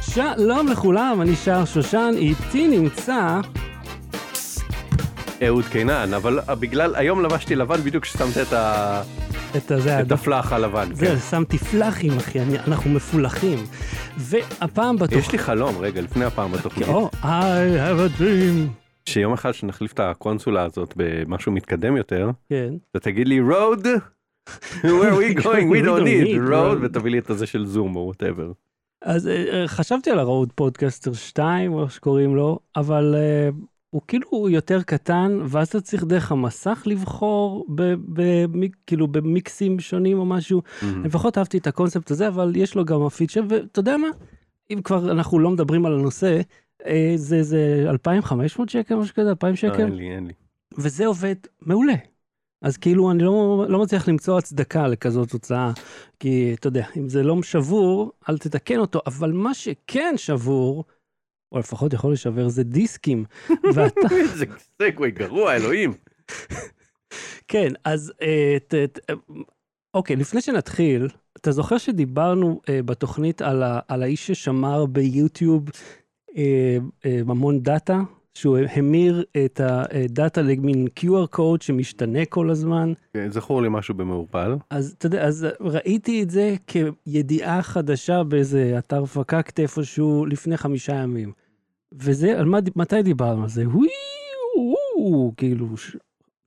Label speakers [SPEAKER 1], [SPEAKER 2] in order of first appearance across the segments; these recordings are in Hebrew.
[SPEAKER 1] שלום לכולם, אני שער שושן, איתי נמצא...
[SPEAKER 2] אהוד קינן, אבל אה, בגלל, היום לבשתי לבן בדיוק כששמת את ה-
[SPEAKER 1] את הזה,
[SPEAKER 2] את הפלאח הלבן. כן.
[SPEAKER 1] זהו, שמתי פלאחים, אחי, אני- אנחנו מפולחים. והפעם בתוכנית...
[SPEAKER 2] יש לי חלום, רגע, לפני הפעם בתוכנית,
[SPEAKER 1] או, I have a dream.
[SPEAKER 2] שיום אחד שנחליף את הקונסולה הזאת במשהו מתקדם יותר,
[SPEAKER 1] כן.
[SPEAKER 2] אתה תגיד לי road, where we going, we don't need road, Mm-hmm.
[SPEAKER 1] road.
[SPEAKER 2] ותביא לי את הזה של זום או whatever.
[SPEAKER 1] אז אה, אה, חשבתי על הרוד פודקאסטר 2, או איך שקוראים לו, אבל אה, הוא כאילו יותר קטן, ואז אתה צריך דרך המסך לבחור, ב- במיק- כאילו במיקסים שונים או משהו.
[SPEAKER 2] Mm-hmm.
[SPEAKER 1] אני לפחות אהבתי את הקונספט הזה, אבל יש לו גם הפיצ'ר, ואתה יודע מה? אם כבר אנחנו לא מדברים על הנושא, אה, זה איזה 2,500 שקל, משהו כזה, 2,000
[SPEAKER 2] אה, אין
[SPEAKER 1] שקל,
[SPEAKER 2] לי, אין לי.
[SPEAKER 1] וזה עובד מעולה. אז כאילו, אני לא, לא מצליח למצוא הצדקה לכזאת תוצאה, כי אתה יודע, אם זה לא שבור, אל תתקן אותו, אבל מה שכן שבור, או לפחות יכול לשבר, זה דיסקים. ואתה,
[SPEAKER 2] איזה סגווי גרוע, אלוהים.
[SPEAKER 1] כן, אז אה, ת, ת, אה, אוקיי, לפני שנתחיל, אתה זוכר שדיברנו אה, בתוכנית על, ה, על האיש ששמר ביוטיוב אה, אה, המון דאטה, שהוא המיר את הדאטה למין QR code שמשתנה כל הזמן?
[SPEAKER 2] כן, זכור לי משהו במעורפל.
[SPEAKER 1] אז אתה יודע, אז ראיתי את זה כידיעה חדשה באיזה אתר פקקט איפשהו לפני חמישה ימים. וזה, על מה, ד- מתי דיברנו על זה? וואו, וואו, כאילו, ש...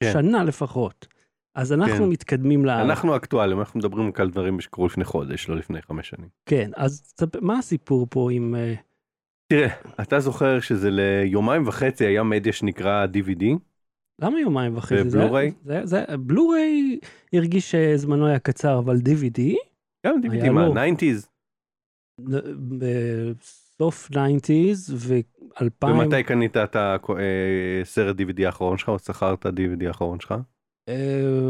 [SPEAKER 2] כן.
[SPEAKER 1] שנה לפחות. אז אנחנו
[SPEAKER 2] כן.
[SPEAKER 1] מתקדמים לארץ.
[SPEAKER 2] אנחנו אקטואלים, אנחנו מדברים רק על דברים שקרו לפני חודש, לא לפני חמש שנים.
[SPEAKER 1] כן, אז תספר- מה הסיפור פה עם... אה,
[SPEAKER 2] אתה זוכר שזה ליומיים וחצי היה מדיה שנקרא DVD?
[SPEAKER 1] למה יומיים וחצי? זה-
[SPEAKER 2] ובלו-ריי?
[SPEAKER 1] זה- זה- בלו-ריי הרגיש שזמנו היה קצר, אבל DVD,
[SPEAKER 2] גם
[SPEAKER 1] היה
[SPEAKER 2] DVD
[SPEAKER 1] לו.
[SPEAKER 2] מה-90's.
[SPEAKER 1] נ- בסוף 90's ו-2000...
[SPEAKER 2] ומתי קנית את אה, הסרט DVD האחרון שלך, או שכרת DVD האחרון שלך?
[SPEAKER 1] אה,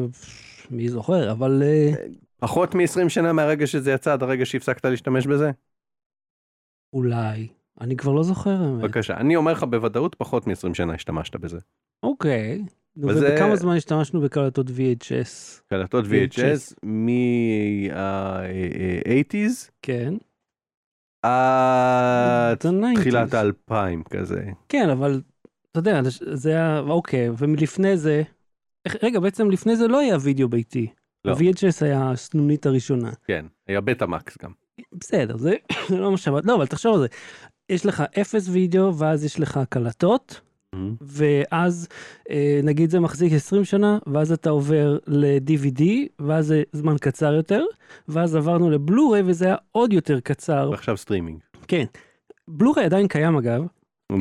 [SPEAKER 1] מי זוכר, אבל... אה,
[SPEAKER 2] פחות מ-20 שנה מהרגע שזה יצא עד הרגע שהפסקת להשתמש בזה?
[SPEAKER 1] אה. אולי. אני כבר לא זוכר, האמת.
[SPEAKER 2] בבקשה. אני אומר לך בוודאות, פחות מ-20 שנה השתמשת בזה.
[SPEAKER 1] אוקיי. נו,
[SPEAKER 2] וזה-
[SPEAKER 1] ובכמה זמן השתמשנו בקלטות VHS?
[SPEAKER 2] קלטות VHS אה, מה-80's
[SPEAKER 1] כן.
[SPEAKER 2] עד
[SPEAKER 1] The 90s.
[SPEAKER 2] אה, תחילת האלפיים כזה.
[SPEAKER 1] כן, אבל אתה יודע, זה היה... אוקיי, ומלפני זה... איך- רגע, בעצם לפני זה לא היה וידאו ביתי.
[SPEAKER 2] לא.
[SPEAKER 1] VHS היה הסנונית הראשונה.
[SPEAKER 2] כן, היה בטה מקס גם.
[SPEAKER 1] בסדר, זה, זה לא מה שאמרת, לא, אבל תחשוב על זה. יש לך אפס וידאו, ואז יש לך קלטות, ואז אה, נגיד זה מחזיק 20 שנה, ואז אתה עובר ל-DVD, ואז זה זמן קצר יותר, ואז עברנו לבלו-ריי, וזה היה עוד יותר קצר.
[SPEAKER 2] ועכשיו סטרימינג.
[SPEAKER 1] כן. בלו-ריי עדיין קיים אגב,
[SPEAKER 2] אה.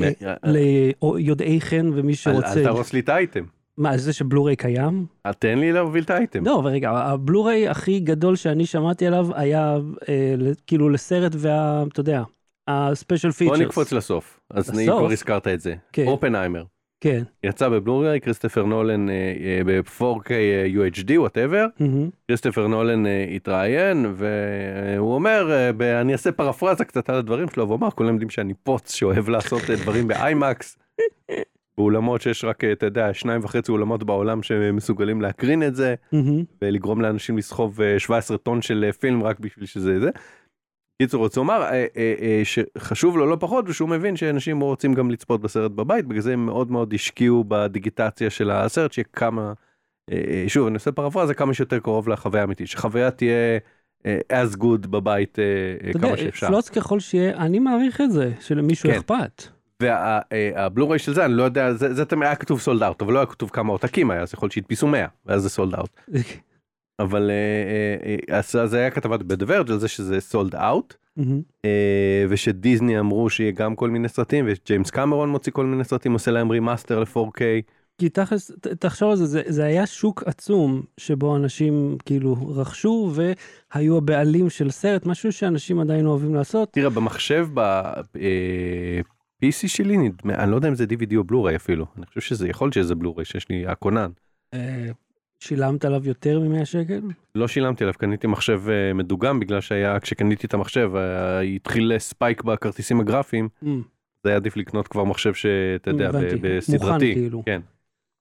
[SPEAKER 1] ליודעי חן ומי
[SPEAKER 2] אל
[SPEAKER 1] אה, שרוצה.
[SPEAKER 2] תהרוס לי את האייטם.
[SPEAKER 1] מה, זה שבלו-ריי קיים?
[SPEAKER 2] אה, תן לי להוביל את האייטם.
[SPEAKER 1] לא, אבל רגע, הבלו-ריי הכי גדול שאני שמעתי עליו היה אה, ל- כאילו לסרט וה... אתה יודע, הספיישל
[SPEAKER 2] בוא
[SPEAKER 1] פיצ'רס.
[SPEAKER 2] נקפוץ לסוף. אז אני
[SPEAKER 1] לסוף?
[SPEAKER 2] כבר הזכרת את זה.
[SPEAKER 1] כן.
[SPEAKER 2] אופנהיימר.
[SPEAKER 1] כן.
[SPEAKER 2] יצא בבלוריי, כריסטופר נולן אה, אה, ב-4K אה, UHD, וואטאבר.
[SPEAKER 1] מהמם.
[SPEAKER 2] כריסטופר נולן אה, התראיין, והוא אומר, אה, ב- אני אעשה פרפרזה קצת על הדברים שלו, והוא אמר, כולם יודעים שאני פוץ שאוהב לעשות אה, דברים באיימקס. באולמות שיש רק, אה, אתה יודע, שניים וחצי אולמות בעולם שמסוגלים להקרין את זה.
[SPEAKER 1] מהמם.
[SPEAKER 2] ולגרום לאנשים לסחוב אה, 17 טון של אה, פילם רק בשביל שזה זה. קיצור, רוצה לומר אה, אה, אה, שחשוב לו לא פחות ושהוא מבין שאנשים רוצים גם לצפות בסרט בבית בגלל זה הם מאוד מאוד השקיעו בדיגיטציה של הסרט שיהיה כמה אה, אה, שוב אני עושה פרפרזה כמה שיותר קרוב לחוויה האמיתית שחוויה תהיה אה, as good בבית אה, אה,
[SPEAKER 1] אתה
[SPEAKER 2] כמה
[SPEAKER 1] יודע,
[SPEAKER 2] שאפשר.
[SPEAKER 1] פלוץ ככל שיהיה, אני מעריך את זה, שלמישהו
[SPEAKER 2] כן.
[SPEAKER 1] אכפת.
[SPEAKER 2] והבלוריי אה, של זה אני לא יודע זה זה תמיד היה כתוב סולד אאוט אבל לא היה כתוב כמה עותקים היה אז יכול להיות שהדפיסו 100 ואז זה סולד אאוט. אבל אה, אה, אה, אז אז היה כתבת בדברג' על זה שזה סולד אאוט
[SPEAKER 1] מהמם.
[SPEAKER 2] ושדיסני אמרו שיהיה גם כל מיני סרטים וג'יימס קמרון מוציא כל מיני סרטים עושה להם רימאסטר ל-4K
[SPEAKER 1] כי תכלס, ת- תחשוב על זה, זה, זה היה שוק עצום שבו אנשים כאילו רכשו והיו הבעלים של סרט, משהו שאנשים עדיין אוהבים לעשות.
[SPEAKER 2] תראה במחשב ב-PC שלי נדמה אני לא יודע אם זה DVD או בלוריי אפילו אני חושב שזה יכול להיות שזה בלוריי שיש לי הקונן
[SPEAKER 1] אה, שילמת עליו יותר מ-100 שקל?
[SPEAKER 2] לא שילמתי עליו קניתי מחשב אה, מדוגם בגלל שהיה כשקניתי את המחשב אה, התחיל ספייק בכרטיסים הגרפיים
[SPEAKER 1] אמ,
[SPEAKER 2] זה היה עדיף לקנות כבר מחשב שאתה יודע ב-
[SPEAKER 1] Mm, הבנתי. מוכן
[SPEAKER 2] בסדרתי
[SPEAKER 1] כאילו.
[SPEAKER 2] כן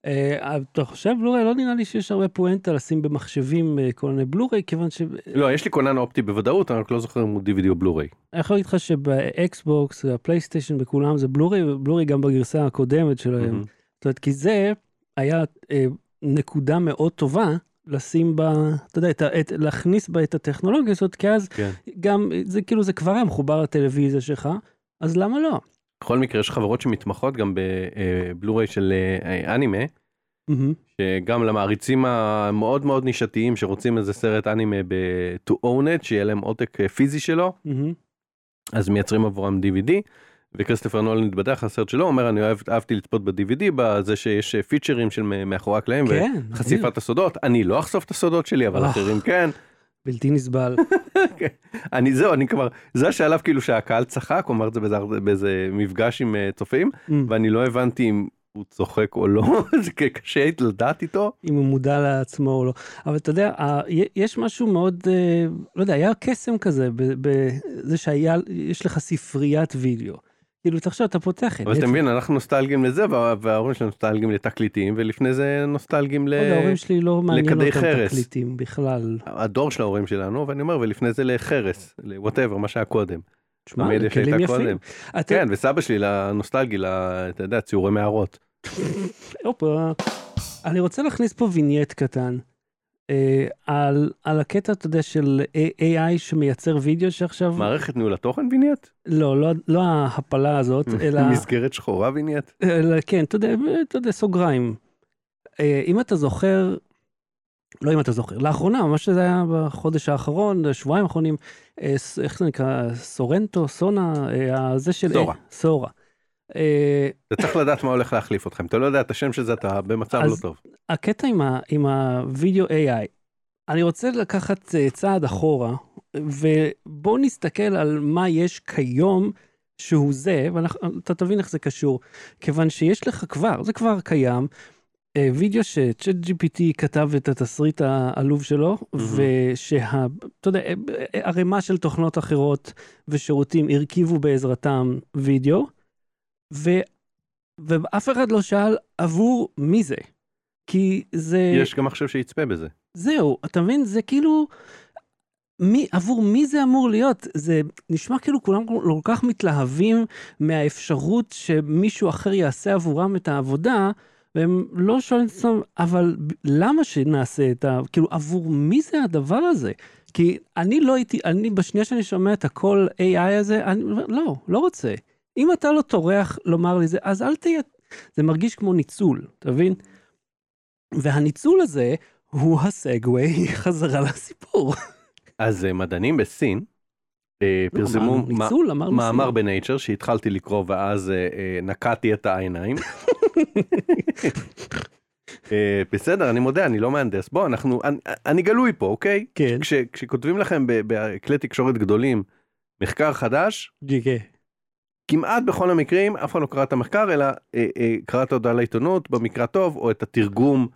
[SPEAKER 1] אה, אתה חושב, בלוריי, לא נראה לי שיש הרבה פואנטה לשים במחשבים אה, כל מיני בלוריי, כיוון ש...
[SPEAKER 2] לא, יש לי קונן אופטי בוודאות, אני רק לא זוכר אם הוא DVD או בלו-ריי.
[SPEAKER 1] אני יכול להגיד לך שבאקסבוקס, הפלייסטיישן, בכולם זה בלוריי, ובלוריי גם בגרסה הקודמת שלהם.
[SPEAKER 2] מהמם.
[SPEAKER 1] זאת אומרת, כי זה היה אה, נקודה מאוד טובה לשים בה, אתה יודע, את, ה- את, להכניס בה את הטכנולוגיה הזאת, כי אז
[SPEAKER 2] כן.
[SPEAKER 1] גם, זה כאילו, זה כבר היה מחובר לטלוויזיה שלך, אז למה לא?
[SPEAKER 2] בכל מקרה, יש חברות שמתמחות גם בבלו-ריי של אה, אנימה,
[SPEAKER 1] מהמם.
[SPEAKER 2] שגם למעריצים המאוד מאוד נישתיים שרוצים איזה סרט אנימה ב-to own it, שיהיה להם עותק אה, פיזי שלו,
[SPEAKER 1] מהמם.
[SPEAKER 2] אז מייצרים עבורם DVD. וכריסטופר נולן התבדח על הסרט שלו, הוא אומר אני אוהב, אהבתי לצפות ב-DVD, בזה שיש אה, פיצ'רים של מ- מאחורי הקלעים,
[SPEAKER 1] כן, מדהים.
[SPEAKER 2] וחשיפת הסודות, אני לא אחשוף את הסודות שלי, אבל
[SPEAKER 1] אה.
[SPEAKER 2] אחרים כן.
[SPEAKER 1] בלתי נסבל.
[SPEAKER 2] אני זהו, אני כבר, זה שעליו כאילו שהקהל צחק, הוא אמר את זה באיזה, באיזה מפגש עם אה, צופים,
[SPEAKER 1] מהמם.
[SPEAKER 2] ואני לא הבנתי אם הוא צוחק או לא, זה קשה לדעת איתו.
[SPEAKER 1] אם הוא מודע לעצמו או לא. אבל אתה יודע, ה- י- יש משהו מאוד, אה, לא יודע, היה קסם כזה, בזה שהיה, יש לך ספריית וידאו. כאילו, תחשוב, אתה פותח את
[SPEAKER 2] אבל אתה
[SPEAKER 1] נטפליקס.
[SPEAKER 2] מבין, אנחנו נוסטלגים לזה, וה- וההורים שלנו נוסטלגים לתקליטים, ולפני זה נוסטלגים ל...
[SPEAKER 1] לא יודע, ההורים שלי לא מעניין
[SPEAKER 2] לכדי
[SPEAKER 1] אותם
[SPEAKER 2] חרס.
[SPEAKER 1] תקליטים בכלל.
[SPEAKER 2] הדור של ההורים שלנו, ואני אומר, ולפני זה לחרס, ל-whatever, מה שהיה קודם.
[SPEAKER 1] תשמע,
[SPEAKER 2] המדיה
[SPEAKER 1] זה כלים
[SPEAKER 2] שהייתה
[SPEAKER 1] יפים.
[SPEAKER 2] קודם.
[SPEAKER 1] אתה-
[SPEAKER 2] כן, וסבא שלי לנוסטלגי, ל- אתה יודע, ציורי מערות.
[SPEAKER 1] הופה. אני רוצה להכניס פה וינייט קטן. אה, על, על הקטע, אתה יודע, של AI שמייצר וידאו שעכשיו...
[SPEAKER 2] מערכת ניהול התוכן וינייט?
[SPEAKER 1] לא, לא, לא ההפלה הזאת, אלא...
[SPEAKER 2] מסגרת שחורה וינייט?
[SPEAKER 1] אלא כן, אתה יודע, אתה יודע, סוגריים. אה, אם אתה זוכר, לא אם אתה זוכר, לאחרונה, מה שזה היה בחודש האחרון, שבועיים האחרונים, אה, ס- איך זה נקרא, סורנטו, סונה, אה, הזה של...
[SPEAKER 2] סורה.
[SPEAKER 1] אה, סורה. אה,
[SPEAKER 2] אתה צריך לדעת מה הולך להחליף אתכם, אתה לא יודע את השם של זה, אתה במצב
[SPEAKER 1] אז-
[SPEAKER 2] לא טוב.
[SPEAKER 1] הקטע עם, ה, עם הוידאו AI, אני רוצה לקחת אה, צעד אחורה, ובואו נסתכל על מה יש כיום שהוא זה, ואתה תבין איך זה קשור. כיוון שיש לך כבר, זה כבר קיים, אה, וידאו שצ'אט GPT כתב את התסריט העלוב שלו, ושה... אתה יודע, אה, אה, ערימה של תוכנות אחרות ושירותים הרכיבו בעזרתם וידאו, ו... ואף אחד לא שאל עבור מי זה. כי זה...
[SPEAKER 2] יש גם מחשב שיצפה בזה.
[SPEAKER 1] זהו, אתה מבין? זה כאילו... מי, עבור מי זה אמור להיות? זה נשמע כאילו כולם כל כך מתלהבים מהאפשרות שמישהו אחר יעשה עבורם את העבודה, והם לא שואלים את עצמם, אבל ב- למה שנעשה את ה... כאילו, עבור מי זה הדבר הזה? כי אני לא הייתי, אני, בשנייה שאני שומע את הקול AI הזה, אני אומר, לא, לא רוצה. אם אתה לא טורח לומר לי זה, אז אל תהיה... זה מרגיש כמו ניצול, אתה מבין? והניצול הזה, הוא הסגווי חזרה לסיפור.
[SPEAKER 2] אז אה, מדענים בסין אה,
[SPEAKER 1] לא,
[SPEAKER 2] פרסמו
[SPEAKER 1] אמרנו
[SPEAKER 2] מא-
[SPEAKER 1] ניצול, אמרנו
[SPEAKER 2] מאמר
[SPEAKER 1] סיפור.
[SPEAKER 2] בנייצ'ר שהתחלתי לקרוא ואז אה, אה, נקעתי את העיניים. אה, בסדר, אני מודה, אני לא מהנדס. בוא, אנחנו, אני- אני גלוי פה, אוקיי?
[SPEAKER 1] כן,
[SPEAKER 2] כש- כשכותבים לכם ב- בכלי תקשורת גדולים מחקר חדש,
[SPEAKER 1] ג'יקה.
[SPEAKER 2] כמעט בכל המקרים אף אחד לא קרא את המחקר, אלא אה, אה, קרא את ההודעה לעיתונות במקרה הטוב, או את התרגום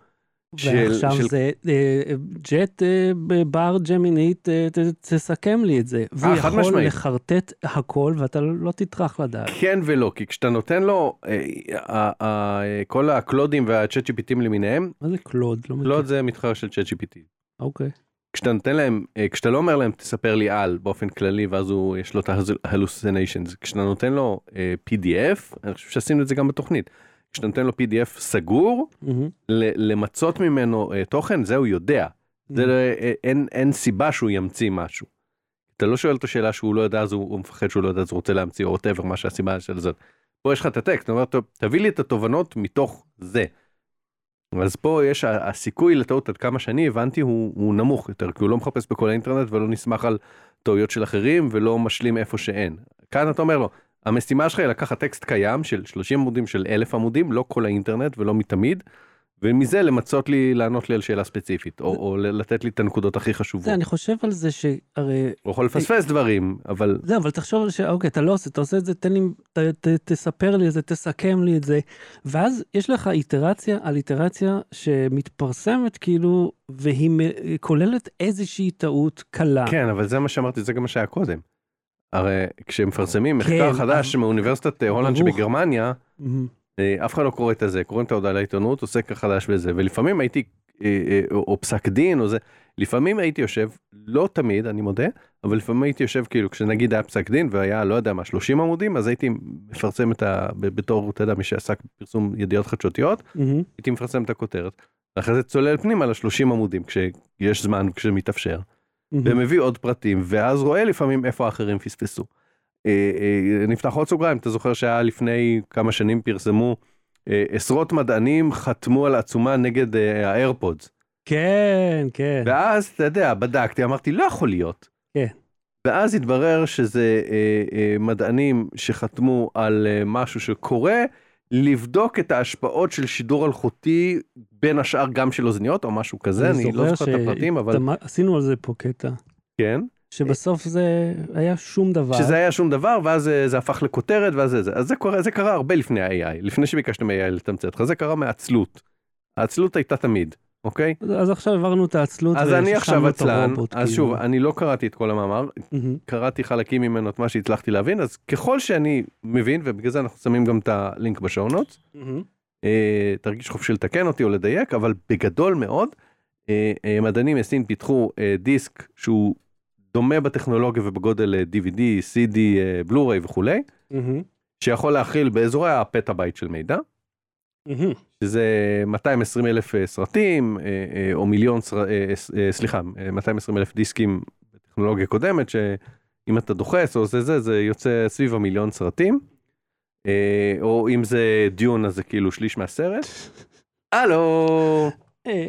[SPEAKER 2] של-
[SPEAKER 1] ועכשיו
[SPEAKER 2] של-
[SPEAKER 1] זה אה, ג'ט אה, בבר ג'מינית, אה, ת- תסכם לי את זה. והוא
[SPEAKER 2] אה, חד
[SPEAKER 1] יכול
[SPEAKER 2] משמעית.
[SPEAKER 1] לחרטט הכל ואתה לא תטרח לדעת.
[SPEAKER 2] כן ולא, כי כשאתה נותן לו אה, אה, אה, כל הקלודים והצ'אט GPTים למיניהם,
[SPEAKER 1] מה זה קלוד? לא מכיר.
[SPEAKER 2] קלוד זה מתחרה של צ'אט GPT.
[SPEAKER 1] אוקיי.
[SPEAKER 2] כשאתה נותן להם, אה, כשאתה לא אומר להם תספר לי על באופן כללי ואז הוא יש לו את ההלוסיניישנס, כשאתה נותן לו אה, PDF, אני חושב שעשינו את זה גם בתוכנית, כשאתה נותן לו PDF סגור,
[SPEAKER 1] מהמם.
[SPEAKER 2] ל- למצות ממנו אה, תוכן, זה הוא יודע. זה, לא- אה, אין, אין סיבה שהוא ימציא משהו. אתה לא שואל אותו שאלה שהוא לא יודע, אז הוא, הוא מפחד שהוא לא יודע, אז הוא רוצה להמציא, או whatever, מה שהסיבה של זה. פה יש לך את הטקסט, אתה אומר, "טוב, תביא לי את התובנות מתוך זה. אז פה יש, ה- הסיכוי לטעות עד כמה שאני הבנתי הוא, הוא נמוך יותר, כי הוא לא מחפש בכל האינטרנט ולא נסמך על טעויות של אחרים ולא משלים איפה שאין. כאן אתה אומר לו, המשימה שלך היא לקחת טקסט קיים של 30 עמודים, של 1,000 עמודים, לא כל האינטרנט ולא מתמיד, ומזה למצות לי, לענות לי על שאלה ספציפית, או, או ל- לתת לי את הנקודות הכי חשובות.
[SPEAKER 1] זה, אני חושב על זה שהרי...
[SPEAKER 2] הוא יכול לפספס דברים, אבל
[SPEAKER 1] זה, אבל תחשוב על ש... אוקיי, אתה לא עושה, אתה עושה את זה, תן לי, ת, ת, תספר לי את זה, תסכם לי את זה. ואז יש לך איטרציה על איטרציה שמתפרסמת כאילו, והיא מ- כוללת איזושהי טעות קלה.
[SPEAKER 2] כן, אבל זה מה שאמרתי, זה גם מה שהיה קודם. הרי כשמפרסמים
[SPEAKER 1] כן,
[SPEAKER 2] מחקר חדש מאוניברסיטת אה, הולנד
[SPEAKER 1] ברור.
[SPEAKER 2] שבגרמניה,
[SPEAKER 1] מהמם.
[SPEAKER 2] אה, אף אחד לא קורא את הזה, קוראים את ההודעה לעיתונות, עוסק החדש וזה, ולפעמים הייתי, אה, אה, או, או פסק דין או זה, לפעמים הייתי יושב, לא תמיד, אני מודה, אבל לפעמים הייתי יושב כאילו, כשנגיד היה פסק דין והיה, לא יודע מה, 30 עמודים, אז הייתי מפרסם את ה... ב- בתור, אתה יודע, מי שעסק בפרסום ידיעות חדשותיות,
[SPEAKER 1] מהמם.
[SPEAKER 2] הייתי מפרסם את הכותרת, ואחרי זה צולל פנימה ל-30 עמודים, כשיש זמן, כשמתאפשר.
[SPEAKER 1] מהמם.
[SPEAKER 2] Mm-hmm. ומביא עוד פרטים, ואז רואה לפעמים איפה האחרים פספסו. אה, אה, נפתח עוד סוגריים, אתה זוכר שהיה לפני כמה שנים פרסמו, אה, עשרות מדענים חתמו על עצומה נגד אה, האיירפודס.
[SPEAKER 1] כן, כן.
[SPEAKER 2] ואז, אתה יודע, בדקתי, אמרתי, לא יכול להיות.
[SPEAKER 1] כן.
[SPEAKER 2] ואז התברר שזה אה, אה, מדענים שחתמו על אה, משהו שקורה, לבדוק את ההשפעות של שידור אלחוטי, בין השאר גם של אוזניות או משהו כזה, אני, לא
[SPEAKER 1] זוכר
[SPEAKER 2] זוכר את הפרטים, אבל
[SPEAKER 1] שהתאמ- עשינו על זה פה קטע,
[SPEAKER 2] כן.
[SPEAKER 1] שבסוף זה היה שום דבר.
[SPEAKER 2] שזה היה שום דבר ואז אה, זה הפך לכותרת ואז זה זה אז זה קורה זה קרה הרבה לפני ה-AI לפני שביקשתם AI לתמצת לך זה קרה מעצלות. העצלות הייתה תמיד אוקיי
[SPEAKER 1] אז עכשיו העברנו את העצלות.
[SPEAKER 2] אז אני
[SPEAKER 1] ושמנו
[SPEAKER 2] עכשיו
[SPEAKER 1] לא את
[SPEAKER 2] עצלן
[SPEAKER 1] הרובוט,
[SPEAKER 2] אז
[SPEAKER 1] כאילו. Mm-hmm.
[SPEAKER 2] שוב אני לא קראתי את כל המאמר
[SPEAKER 1] מהמם.
[SPEAKER 2] קראתי חלקים ממנו את מה שהצלחתי להבין אז ככל שאני מבין ובגלל זה אנחנו שמים גם את הלינק בשעונות
[SPEAKER 1] מהמם.
[SPEAKER 2] אה, תרגיש חופשי לתקן אותי או לדייק, אבל בגדול מאוד, אה, אה, מדענים מסין פיתחו אה, דיסק שהוא דומה בטכנולוגיה ובגודל אה, DVD, CD, אה, בלו-ריי וכולי,
[SPEAKER 1] מהמם.
[SPEAKER 2] שיכול להכיל באזורי הפטאבייט של מידע,
[SPEAKER 1] מהמם.
[SPEAKER 2] שזה 220 אלף סרטים, אה, אה, או מיליון, סר- אה, ס- אה, סליחה, אה, 220 אלף דיסקים בטכנולוגיה קודמת, שאם אתה דוחס או זה זה, זה יוצא סביב המיליון סרטים. אה, או אם זה דיון אז זה כאילו שליש מהסרט. הלו!
[SPEAKER 1] אה,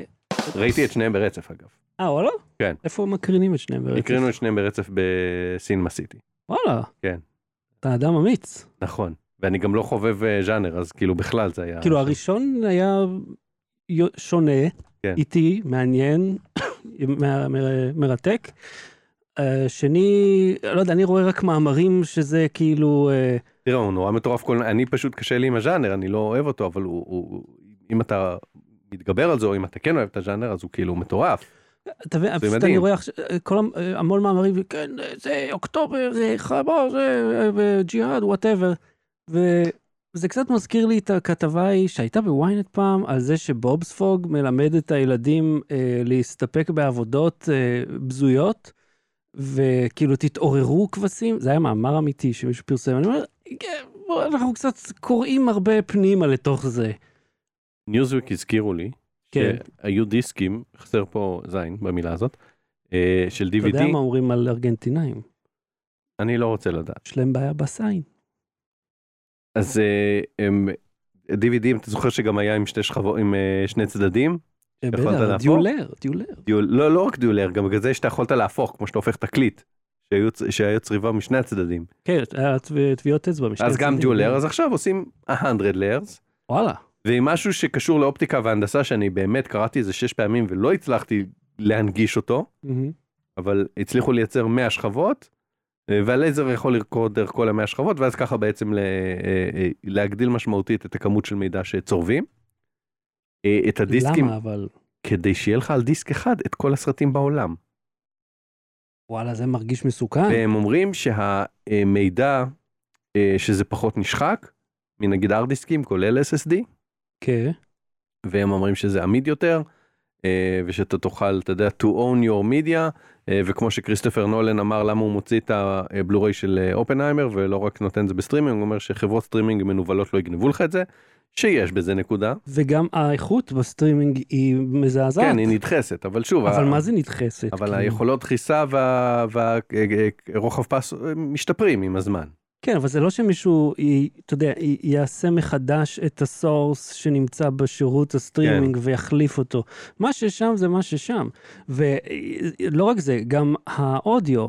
[SPEAKER 2] ראיתי את שניהם ברצף אגב.
[SPEAKER 1] אה, וואלה?
[SPEAKER 2] כן.
[SPEAKER 1] איפה מקרינים את שניהם ברצף?
[SPEAKER 2] הקרינו את שניהם ברצף בסינמה סיטי.
[SPEAKER 1] וואלה.
[SPEAKER 2] כן.
[SPEAKER 1] אתה אדם אמיץ. נכון.
[SPEAKER 2] נכון. ואני גם לא חובב אה, ז'אנר, אז כאילו בכלל זה היה...
[SPEAKER 1] כאילו הראשון היה יו- שונה,
[SPEAKER 2] כן.
[SPEAKER 1] איטי, מעניין, מ- מ- מרתק. השני, לא יודע, אני רואה רק מאמרים שזה כאילו... אה,
[SPEAKER 2] תראה, הוא נורא מטורף קולנוע, אני פשוט קשה לי עם הז'אנר, אני לא אוהב אותו, אבל הוא, הוא, אם אתה מתגבר על זה, או אם אתה כן אוהב את הז'אנר, אז הוא כאילו מטורף.
[SPEAKER 1] אתה מבין, פשוט אני
[SPEAKER 2] מדהים.
[SPEAKER 1] רואה עכשיו אה, כל המ- אה, המון מאמרים, כן, אה, זה אוקטובר, אה, חמור, זה אה, אה, ג'יהאד, וואטאבר. וזה קצת מזכיר לי את הכתבה ההיא שהייתה בוויינט פעם, על זה שבובספוג מלמד את הילדים אה, להסתפק בעבודות אה, בזויות, וכאילו תתעוררו כבשים, זה היה מאמר אמיתי שמישהו פרסם, אני אומר, "כן, בוא, אנחנו קצת קוראים הרבה פנימה לתוך זה.
[SPEAKER 2] ניוזוויק הזכירו לי,
[SPEAKER 1] כן.
[SPEAKER 2] שהיו דיסקים, חסר פה זין במילה הזאת, אה, של
[SPEAKER 1] אתה יודע
[SPEAKER 2] DVD,
[SPEAKER 1] מה אומרים על ארגנטינאים?
[SPEAKER 2] אני לא רוצה לדעת.
[SPEAKER 1] יש להם בעיה בסיין.
[SPEAKER 2] אז אה, הם, DVD, אתה זוכר שגם היה עם שתי שכבות, עם אה, שני צדדים?
[SPEAKER 1] אה,
[SPEAKER 2] יכולת
[SPEAKER 1] בטח,
[SPEAKER 2] להפוך?
[SPEAKER 1] דיולר, דיולר.
[SPEAKER 2] דיול, לא, לא רק דיולר, גם בגלל זה שאתה יכולת להפוך, כמו שאתה הופך תקליט, שהיו, צ- שהיו צריבה משני הצדדים.
[SPEAKER 1] כן, היה טב- טביעות אצבע משני
[SPEAKER 2] אז גם
[SPEAKER 1] הצדדים. כן.
[SPEAKER 2] דיולר, אז עכשיו עושים 100 layers.
[SPEAKER 1] וואלה.
[SPEAKER 2] ועם משהו שקשור לאופטיקה והנדסה שאני באמת קראתי איזה שש פעמים ולא הצלחתי להנגיש אותו, אבל הצליחו לייצר 100 שכבות, אה, והלייזר יכול לרקוד דרך כל המאה שכבות, ואז ככה בעצם ל- אה, אה, להגדיל משמעותית את הכמות של מידע שצורבים. אה, את הדיסקים,
[SPEAKER 1] למה אבל?
[SPEAKER 2] כדי שיהיה לך על דיסק אחד את כל הסרטים בעולם.
[SPEAKER 1] וואלה, זה מרגיש מסוכן.
[SPEAKER 2] והם אומרים שהמידע, אה, שזה פחות נשחק, מנגיד הרד דיסקים, כולל SSD,
[SPEAKER 1] כן.
[SPEAKER 2] והם אומרים שזה עמיד יותר, אה, ושאתה תוכל, אתה יודע, to own your media, אה, וכמו שכריסטופר נולן אמר למה הוא מוציא את הבלוריי של אה, אופנהיימר, ולא רק נותן את זה בסטרימינג, הוא אומר שחברות סטרימינג מנוולות לא יגנבו לך את זה, שיש בזה נקודה.
[SPEAKER 1] וגם האיכות בסטרימינג היא מזעזעת.
[SPEAKER 2] כן, היא נדחסת, אבל שוב,
[SPEAKER 1] אבל
[SPEAKER 2] ה-
[SPEAKER 1] מה זה נדחסת?
[SPEAKER 2] אבל
[SPEAKER 1] כאילו?
[SPEAKER 2] היכולות דחיסה והרוחב אה, פס אה, משתפרים עם הזמן.
[SPEAKER 1] כן, אבל זה לא שמישהו, היא- אתה יודע, היא- יעשה מחדש את הסורס שנמצא בשירות הסטרימינג ויחליף אותו. מה ששם זה מה ששם. ולא רק זה, גם האודיו,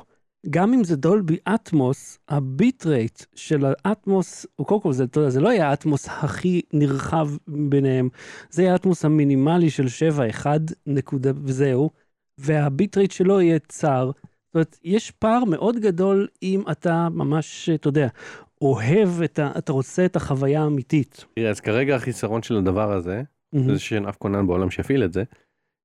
[SPEAKER 1] גם אם זה דולבי אטמוס, הביט רייט של האטמוס, הוא קודם כל, זה, אתה יודע, זה לא יהיה האטמוס הכי נרחב ביניהם, זה יהיה האטמוס המינימלי של 7.1 נקודה וזהו, והביט רייט שלו יהיה צר. זאת אומרת, יש פער מאוד גדול אם אתה ממש, אתה יודע, אוהב את ה... אתה רוצה את החוויה האמיתית.
[SPEAKER 2] תראה, אז כרגע החיסרון של הדבר הזה,
[SPEAKER 1] Mm-hmm.
[SPEAKER 2] זה שאין אף כונן בעולם שיפעיל את זה,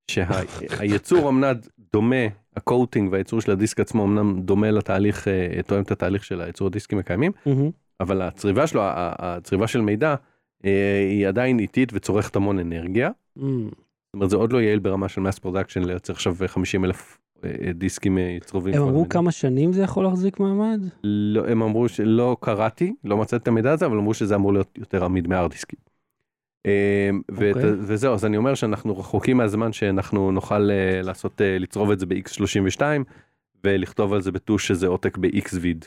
[SPEAKER 2] שהייצור אמנם דומה, הקוטינג והייצור של הדיסק עצמו אמנם דומה לתהליך, אה, תואם את התהליך של הייצור הדיסקים הקיימים,
[SPEAKER 1] מהמם.
[SPEAKER 2] אבל הצריבה שלו, ה- ה- הצריבה של מידע, אה, היא עדיין איטית וצורכת המון אנרגיה.
[SPEAKER 1] אמ,
[SPEAKER 2] זאת אומרת, זה עוד לא יעיל ברמה של מס פרודקשן לייצר עכשיו 50 אלף דיסקים אה, צרובים.
[SPEAKER 1] הם
[SPEAKER 2] כל
[SPEAKER 1] אמרו
[SPEAKER 2] מיני.
[SPEAKER 1] כמה שנים זה יכול להחזיק מעמד?
[SPEAKER 2] לא, הם אמרו שלא קראתי, לא מצאתי את המידע הזה, אבל אמרו שזה אמור להיות יותר עמיד מהארד דיסקים. אה, ואת-
[SPEAKER 1] אוקיי.
[SPEAKER 2] וזהו, אז אני אומר שאנחנו רחוקים מהזמן שאנחנו נוכל אה, לעשות, אה, לצרוב את זה ב-X32 ולכתוב על זה בטוש שזה עותק ב-X ויד.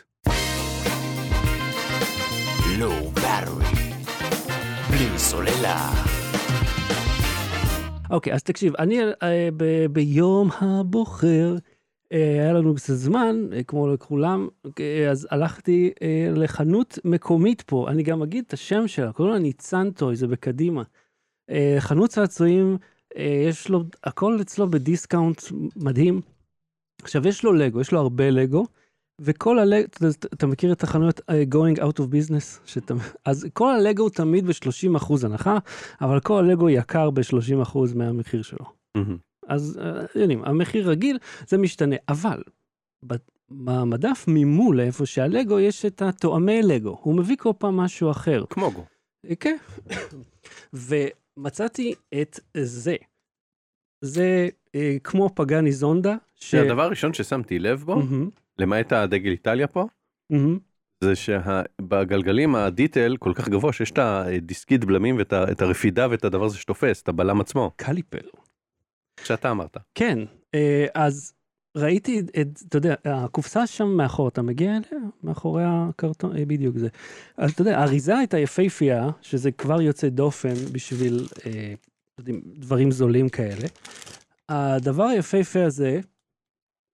[SPEAKER 3] Low battery. בלי סוללה.
[SPEAKER 1] אוקיי, אז תקשיב, אני אה, ב- ביום הבוחר, אה, היה לנו קצת זמן, אה, כמו לכולם, אה, אז הלכתי אה, לחנות מקומית פה, אני גם אגיד את השם שלה, קוראים לה ניצן טוי, זה בקדימה. אה, חנות צעצועים, אה, יש לו, הכל אצלו בדיסקאונט מדהים. עכשיו, יש לו לגו, יש לו הרבה לגו, וכל הלגו, אתה, יודע, אתה מכיר את החנויות אה, going out of business? שאתה, אז כל הלגו תמיד ב-30% הנחה, אבל כל הלגו יקר ב-30% מהמחיר שלו. אז אה, יודעים, המחיר רגיל, זה משתנה. אבל ב- במדף ממול, איפה שהלגו, יש את התואמי לגו. הוא מביא כל פעם משהו אחר.
[SPEAKER 2] כמו גו.
[SPEAKER 1] אה, כן. ומצאתי את זה. זה אה, כמו פגני זונדה. ש...
[SPEAKER 2] זה הדבר הראשון ששמתי לב בו,
[SPEAKER 1] מהמם,
[SPEAKER 2] למעט הדגל איטליה פה,
[SPEAKER 1] מהמם.
[SPEAKER 2] זה שבגלגלים הדיטל כל כך גבוה שיש את הדיסקית בלמים ואת ה- את הרפידה ואת הדבר הזה שתופס, את הבלם עצמו,
[SPEAKER 1] קליפר.
[SPEAKER 2] שאתה אמרת.
[SPEAKER 1] כן, אה, אז ראיתי את, אתה יודע, הקופסה שם מאחור, אתה מגיע אליה? מאחורי הקרטון, אה, בדיוק זה. אז אתה יודע, האריזה הייתה יפהפייה, שזה כבר יוצא דופן בשביל אה, אתה יודעים, דברים זולים כאלה. הדבר היפהפה הזה,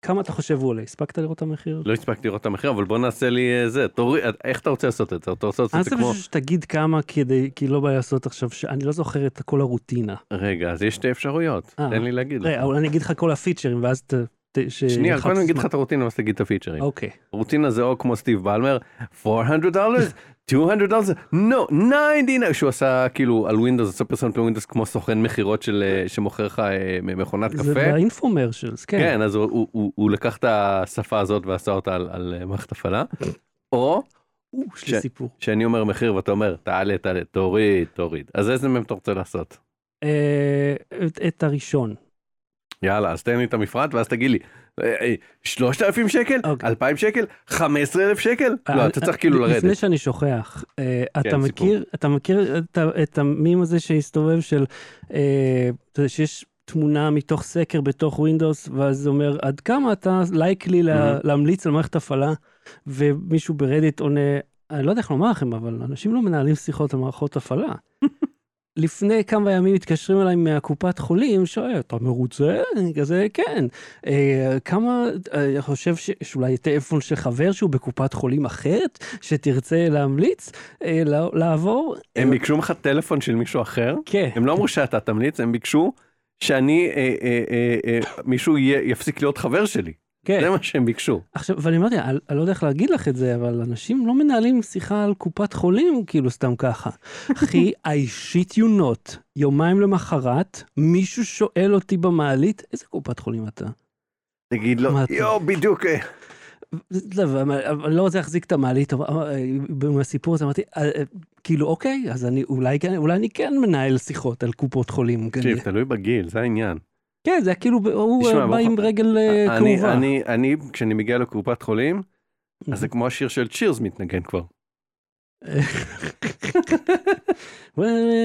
[SPEAKER 1] כמה אתה חושב הוא עולה? הספקת לראות את המחיר?
[SPEAKER 2] לא הספקתי לראות את המחיר אבל בוא נעשה לי אה, זה, תוריד, איך אתה רוצה לעשות את זה? אתה רוצה לעשות
[SPEAKER 1] אני
[SPEAKER 2] את זה
[SPEAKER 1] רוצה
[SPEAKER 2] כמו,
[SPEAKER 1] אה, פשוט שתגיד כמה כדי, כי לא בא לי לעשות עכשיו, ש- אני לא זוכר את כל הרוטינה.
[SPEAKER 2] רגע אז יש שתי אפשרויות,
[SPEAKER 1] אה.
[SPEAKER 2] תן לי להגיד לך.
[SPEAKER 1] רגע, אבל אני אגיד לך כל הפיצ'רים, ואז ת... ת- ש-
[SPEAKER 2] נכון. שנייה, קודם אני אגיד לך
[SPEAKER 1] תחפש
[SPEAKER 2] את הרוטינה ואז תגיד את
[SPEAKER 1] מה-
[SPEAKER 2] הפיצ'רים.
[SPEAKER 1] אוקיי.
[SPEAKER 2] רוטינה זה או כמו סטיב בלמר, 400 דולר, 200 דולר, no, 99, שהוא עשה כאילו על ווינדוס, עושה פרסומת לווינדוס כמו סוכן מכירות של, אה, שמוכר לך אה, מכונת קפה.
[SPEAKER 1] זה באינפומרשלס, כן.
[SPEAKER 2] כן, אז הוא, הוא, הוא, הוא לקח את השפה הזאת ועשה אותה על, על אה, מערכת הפעלה.
[SPEAKER 1] או,
[SPEAKER 2] או
[SPEAKER 1] יש לי
[SPEAKER 2] ש-
[SPEAKER 1] סיפור.
[SPEAKER 2] שאני אומר מחיר ואתה אומר, תעלה, תעלה, תוריד, תוריד. אז איזה מהם אתה רוצה לעשות?
[SPEAKER 1] אה, את- את הראשון.
[SPEAKER 2] יאללה, אז תן לי את המפרט ואז תגיד לי, אה, אה, 3,000 שקל?
[SPEAKER 1] אוקיי.
[SPEAKER 2] 2,000 שקל? 15,000 שקל? לא,
[SPEAKER 1] אה,
[SPEAKER 2] אתה
[SPEAKER 1] אה,
[SPEAKER 2] צריך כאילו
[SPEAKER 1] לפ- לפני
[SPEAKER 2] לרדת. כן,
[SPEAKER 1] שאני שוכח, אה, אתה
[SPEAKER 2] סיפור.
[SPEAKER 1] מכיר, אתה מכיר את ה- את המים הזה שהסתובב של, אה, אתה יודע, שיש תמונה מתוך סקר בתוך ווינדוס, ואז זה אומר, עד כמה אתה לייקלי לה-
[SPEAKER 2] מהמם.
[SPEAKER 1] להמליץ על מערכת הפעלה, ומישהו ברדיט עונה, אני לא יודע איך לומר לכם, אבל אנשים לא מנהלים שיחות על מערכות הפעלה. לפני כמה ימים מתקשרים אליי מהקופת חולים, שואל, אתה מרוצה? אני כזה, כן. אה, כמה, אני חושב ש- שאולי טלפון של חבר שהוא בקופת חולים אחרת, שתרצה להמליץ, אה, לע- לעבור?
[SPEAKER 2] הם ביקשו ממך טלפון של מישהו אחר?
[SPEAKER 1] כן.
[SPEAKER 2] הם לא אמרו שאתה תמליץ, הם ביקשו שאני, אה, אה, אה, אה, מישהו יהיה- יפסיק להיות חבר שלי.
[SPEAKER 1] כן.
[SPEAKER 2] זה מה שהם ביקשו.
[SPEAKER 1] עכשיו, ואני אמרתי, אני אני לא יודע איך להגיד לך את זה, אבל אנשים לא מנהלים שיחה על קופת חולים, כאילו, סתם ככה. אחי, I shit you not. יומיים למחרת, מישהו שואל אותי במעלית, איזה קופת חולים אתה?
[SPEAKER 2] תגיד לו,
[SPEAKER 1] מה אתה- כן.
[SPEAKER 2] יואו, בדיוק. אה,
[SPEAKER 1] לא, אבל- אבל אני לא רוצה להחזיק את המעלית, אבל- אבל- עם הסיפור הזה אמרתי, אה, אה, כאילו, אוקיי, אז אני אולי כן- אולי אני כן מנהל שיחות על קופות חולים.
[SPEAKER 2] תקשיב, תלוי בגיל, זה העניין.
[SPEAKER 1] כן, זה היה כאילו, הוא
[SPEAKER 2] תשמע,
[SPEAKER 1] אה, בא
[SPEAKER 2] ברוך-
[SPEAKER 1] עם רגל אה,
[SPEAKER 2] אני,
[SPEAKER 1] כאובה.
[SPEAKER 2] אני, אני, כשאני מגיע לקופת חולים,
[SPEAKER 1] Mhm.
[SPEAKER 2] אז זה כמו השיר של צ'ירס מתנגן כבר.
[SPEAKER 1] Well,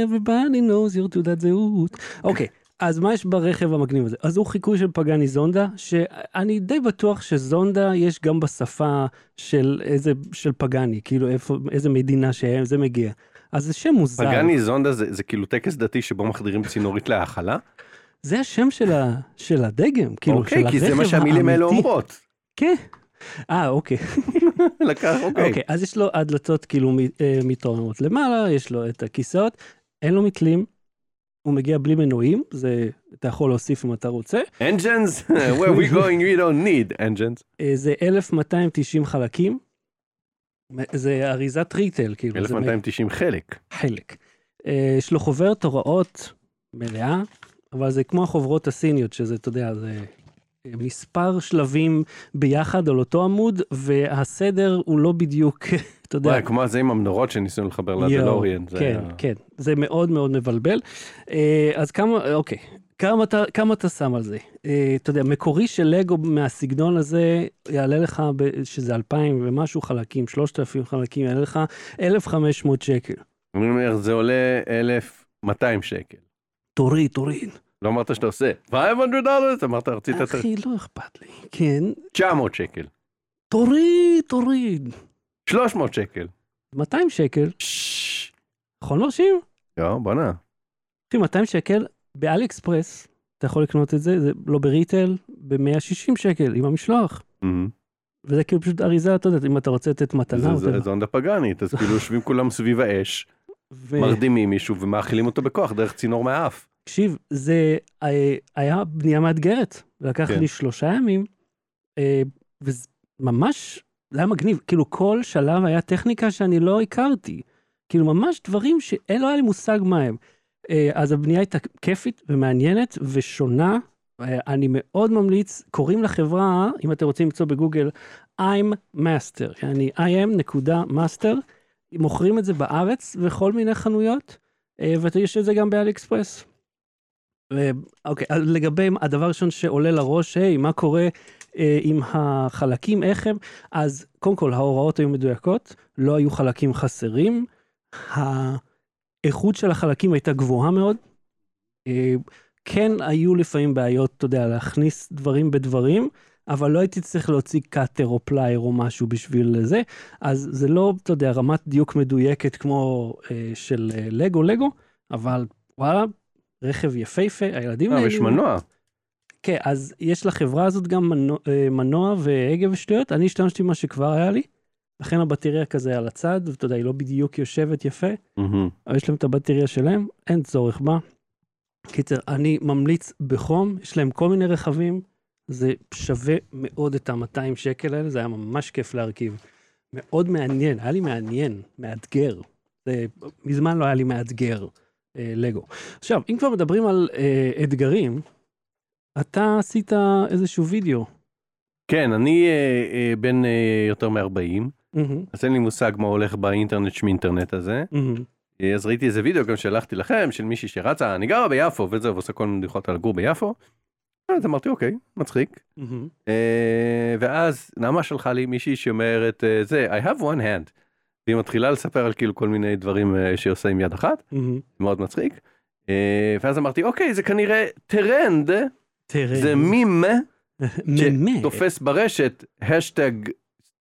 [SPEAKER 1] everybody knows your תעודת זהות. אוקיי, אז מה יש ברכב המגניב הזה? אז הוא חיקוי של פגני זונדה, שאני די בטוח שזונדה יש גם בשפה של איזה, של פגני, כאילו איפה, איזה מדינה שזה מגיע. אז זה שם מוזר.
[SPEAKER 2] פגני זונדה זה, זה כאילו טקס דתי שבו מחדירים צינורית להאכלה.
[SPEAKER 1] זה השם של, ה, של הדגם, כאילו, של
[SPEAKER 2] אוקיי,
[SPEAKER 1] הרכב
[SPEAKER 2] כי זה מה שהמילים האלה
[SPEAKER 1] האמיתי.
[SPEAKER 2] אומרות.
[SPEAKER 1] כן. אה, אוקיי.
[SPEAKER 2] לקח, אוקיי.
[SPEAKER 1] אוקיי, אז יש לו הדלתות כאילו מ- אה, מתרוממות למעלה, יש לו את הכיסאות, אין לו מתלים, הוא מגיע בלי מנועים, זה אתה יכול להוסיף אם אתה רוצה.
[SPEAKER 2] engines, where we going, we don't need engines.
[SPEAKER 1] אה, זה 1290 חלקים, מ- זה אריזת ריטל, כאילו, זה
[SPEAKER 2] 1290 חלק.
[SPEAKER 1] חלק. אה, יש לו חוברת הוראות מלאה, אבל זה כמו החוברות הסיניות, שזה, אתה יודע, זה אה, מספר שלבים ביחד על אותו עמוד, והסדר הוא לא בדיוק אתה יודע,
[SPEAKER 2] וואי, כמו זה עם המנורות שניסינו לחבר לדלוריאן. זה
[SPEAKER 1] כן,
[SPEAKER 2] היה-
[SPEAKER 1] כן, זה מאוד מאוד מבלבל. אה, אז כמה, אוקיי, כמה אתה, כמה אתה שם על זה? אה, אתה יודע, מקורי של לגו מהסגנון הזה יעלה לך, ב, שזה 2,000 ומשהו חלקים, 3,000 חלקים, יעלה לך 1,500 שקל.
[SPEAKER 2] אני אומר, זה עולה 1,200 שקל.
[SPEAKER 1] תוריד, תוריד.
[SPEAKER 2] לא אמרת שאתה עושה 500 דולר, אמרת רצית את ה-
[SPEAKER 1] אחי, לא אכפת לי. כן,
[SPEAKER 2] 900 שקל,
[SPEAKER 1] תוריד, תוריד.
[SPEAKER 2] 300 שקל.
[SPEAKER 1] 200 שקל, נכון מרשים?
[SPEAKER 2] יואו, בואנה.
[SPEAKER 1] אחי, 200 שקל, באלי אקספרס, אתה יכול לקנות את זה, זה לא בריטל, ב-160 שקל, עם המשלוח.
[SPEAKER 2] אמ,
[SPEAKER 1] וזה כאילו פשוט אריזה, אתה יודע, אם אתה רוצה לתת מתנה,
[SPEAKER 2] זה-
[SPEAKER 1] או אתה-
[SPEAKER 2] זה- זה עונדה פגאנית, אז כאילו יושבים כולם סביב האש,
[SPEAKER 1] ו-
[SPEAKER 2] מרדימים מישהו ומאכילים אותו בכוח דרך צינור מהאף.
[SPEAKER 1] תקשיב, זה אה, היה בנייה מאתגרת. לקח
[SPEAKER 2] כן.
[SPEAKER 1] לי שלושה ימים, אה, וזה ממש, זה היה מגניב. כאילו, כל שלב היה טכניקה שאני לא הכרתי. כאילו, ממש דברים שלא היה לי מושג מה הם. אה, אז הבנייה הייתה כיפית ומעניינת ושונה. אה, אני מאוד ממליץ, קוראים לחברה, אם אתם רוצים למצוא בגוגל, I'm master, יעני I am נקודה master, מוכרים את זה בארץ בכל מיני חנויות, אה, ויש את זה גם באלי אקספרס. אה, אוקיי, אז לגבי הדבר הראשון שעולה לראש, היי, מה קורה אה, עם החלקים, איך הם? אז קודם כל, ההוראות היו מדויקות, לא היו חלקים חסרים, האיכות של החלקים הייתה גבוהה מאוד. אה, כן היו לפעמים בעיות, אתה יודע, להכניס דברים בדברים, אבל לא הייתי צריך להוציא קאטר או פלייר או משהו בשביל זה, אז זה לא, אתה יודע, רמת דיוק מדויקת כמו אה, של אה, לגו לגו, אבל וואלה, רכב יפהפה, הילדים
[SPEAKER 2] אה, יש מנוע.
[SPEAKER 1] כן, אז יש לחברה הזאת גם מנוע, אה, מנוע והגה ושטויות, אני השתמשתי במה שכבר היה לי, לכן הבטריה כזה על הצד, ואתה יודע, היא לא בדיוק יושבת יפה,
[SPEAKER 2] אמ,
[SPEAKER 1] אבל יש להם את הבטריה שלהם, אין צורך בה. קיצר, אני ממליץ בחום, יש להם כל מיני רכבים, זה שווה מאוד את ה-200 שקל האלה, זה היה ממש כיף להרכיב. מאוד מעניין, היה לי מעניין, מאתגר. זה, מזמן לא היה לי מאתגר אה, לגו. עכשיו, אם כבר מדברים על אה, אתגרים, אתה עשית איזשהו וידאו.
[SPEAKER 2] כן, אני אה, אה, בן אה, יותר מ-40,
[SPEAKER 1] מהמם,
[SPEAKER 2] אז אין לי מושג מה הולך באינטרנט שמאינטרנט הזה.
[SPEAKER 1] מהמם.
[SPEAKER 2] אה, אז ראיתי איזה וידאו גם שלחתי לכם של מישהי שרצה, אני גרה ביפו וזה, ועושה כל מיני בדיחות על לגור ביפו. אז אמרתי, אוקיי, מצחיק.
[SPEAKER 1] מהמם.
[SPEAKER 2] אה, ואז נעמה שלחה לי מישהי שאומרת, אה, זה, I have one hand. והיא מתחילה לספר על כאילו כל מיני דברים אה, שהיא עושה עם יד אחת,
[SPEAKER 1] מהמם.
[SPEAKER 2] מאוד מצחיק. אה, ואז אמרתי, אוקיי, זה כנראה טרנד,
[SPEAKER 1] תראה,
[SPEAKER 2] זה מים
[SPEAKER 1] ממה.
[SPEAKER 2] שתופס ברשת, השטג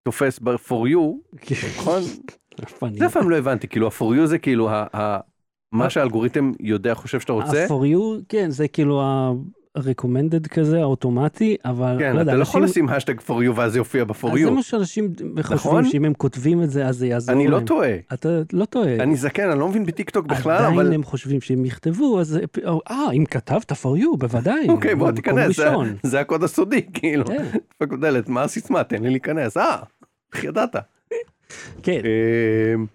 [SPEAKER 2] תופס ב- for you,
[SPEAKER 1] כן.
[SPEAKER 2] נכון?
[SPEAKER 1] פאני.
[SPEAKER 2] זה אף פעם לא הבנתי, כאילו ה-for you זה כאילו ה- ה- מה שהאלגוריתם יודע, חושב שאתה רוצה.
[SPEAKER 1] ה-for you, כן, זה כאילו ה-recommended כזה, האוטומטי, אבל
[SPEAKER 2] כן,
[SPEAKER 1] לא יודע,
[SPEAKER 2] אתה לא יכול
[SPEAKER 1] אנשים-
[SPEAKER 2] לשים השטג for you ואז זה יופיע ב-for
[SPEAKER 1] אז זה מה
[SPEAKER 2] you.
[SPEAKER 1] שאנשים
[SPEAKER 2] נכון?
[SPEAKER 1] חושבים שאם הם כותבים את זה, אז זה יעזור להם.
[SPEAKER 2] אני לא טועה,
[SPEAKER 1] אתה לא טועה.
[SPEAKER 2] אני זקן, אני לא מבין בטיקטוק בכלל, אבל...
[SPEAKER 1] אה. עדיין הם חושבים שהם יכתבו, אז... זה- אה, אם כתבת for you, בוודאי.
[SPEAKER 2] אוקיי, בוא
[SPEAKER 1] במקום
[SPEAKER 2] תיכנס, זה-
[SPEAKER 1] ראשון.
[SPEAKER 2] זה הקוד הסודי, כאילו.
[SPEAKER 1] כן,
[SPEAKER 2] דפק בדלת, מה הסיסמה? תן לי להיכנס. אה, איך ידעת?
[SPEAKER 1] כן.
[SPEAKER 2] אמ,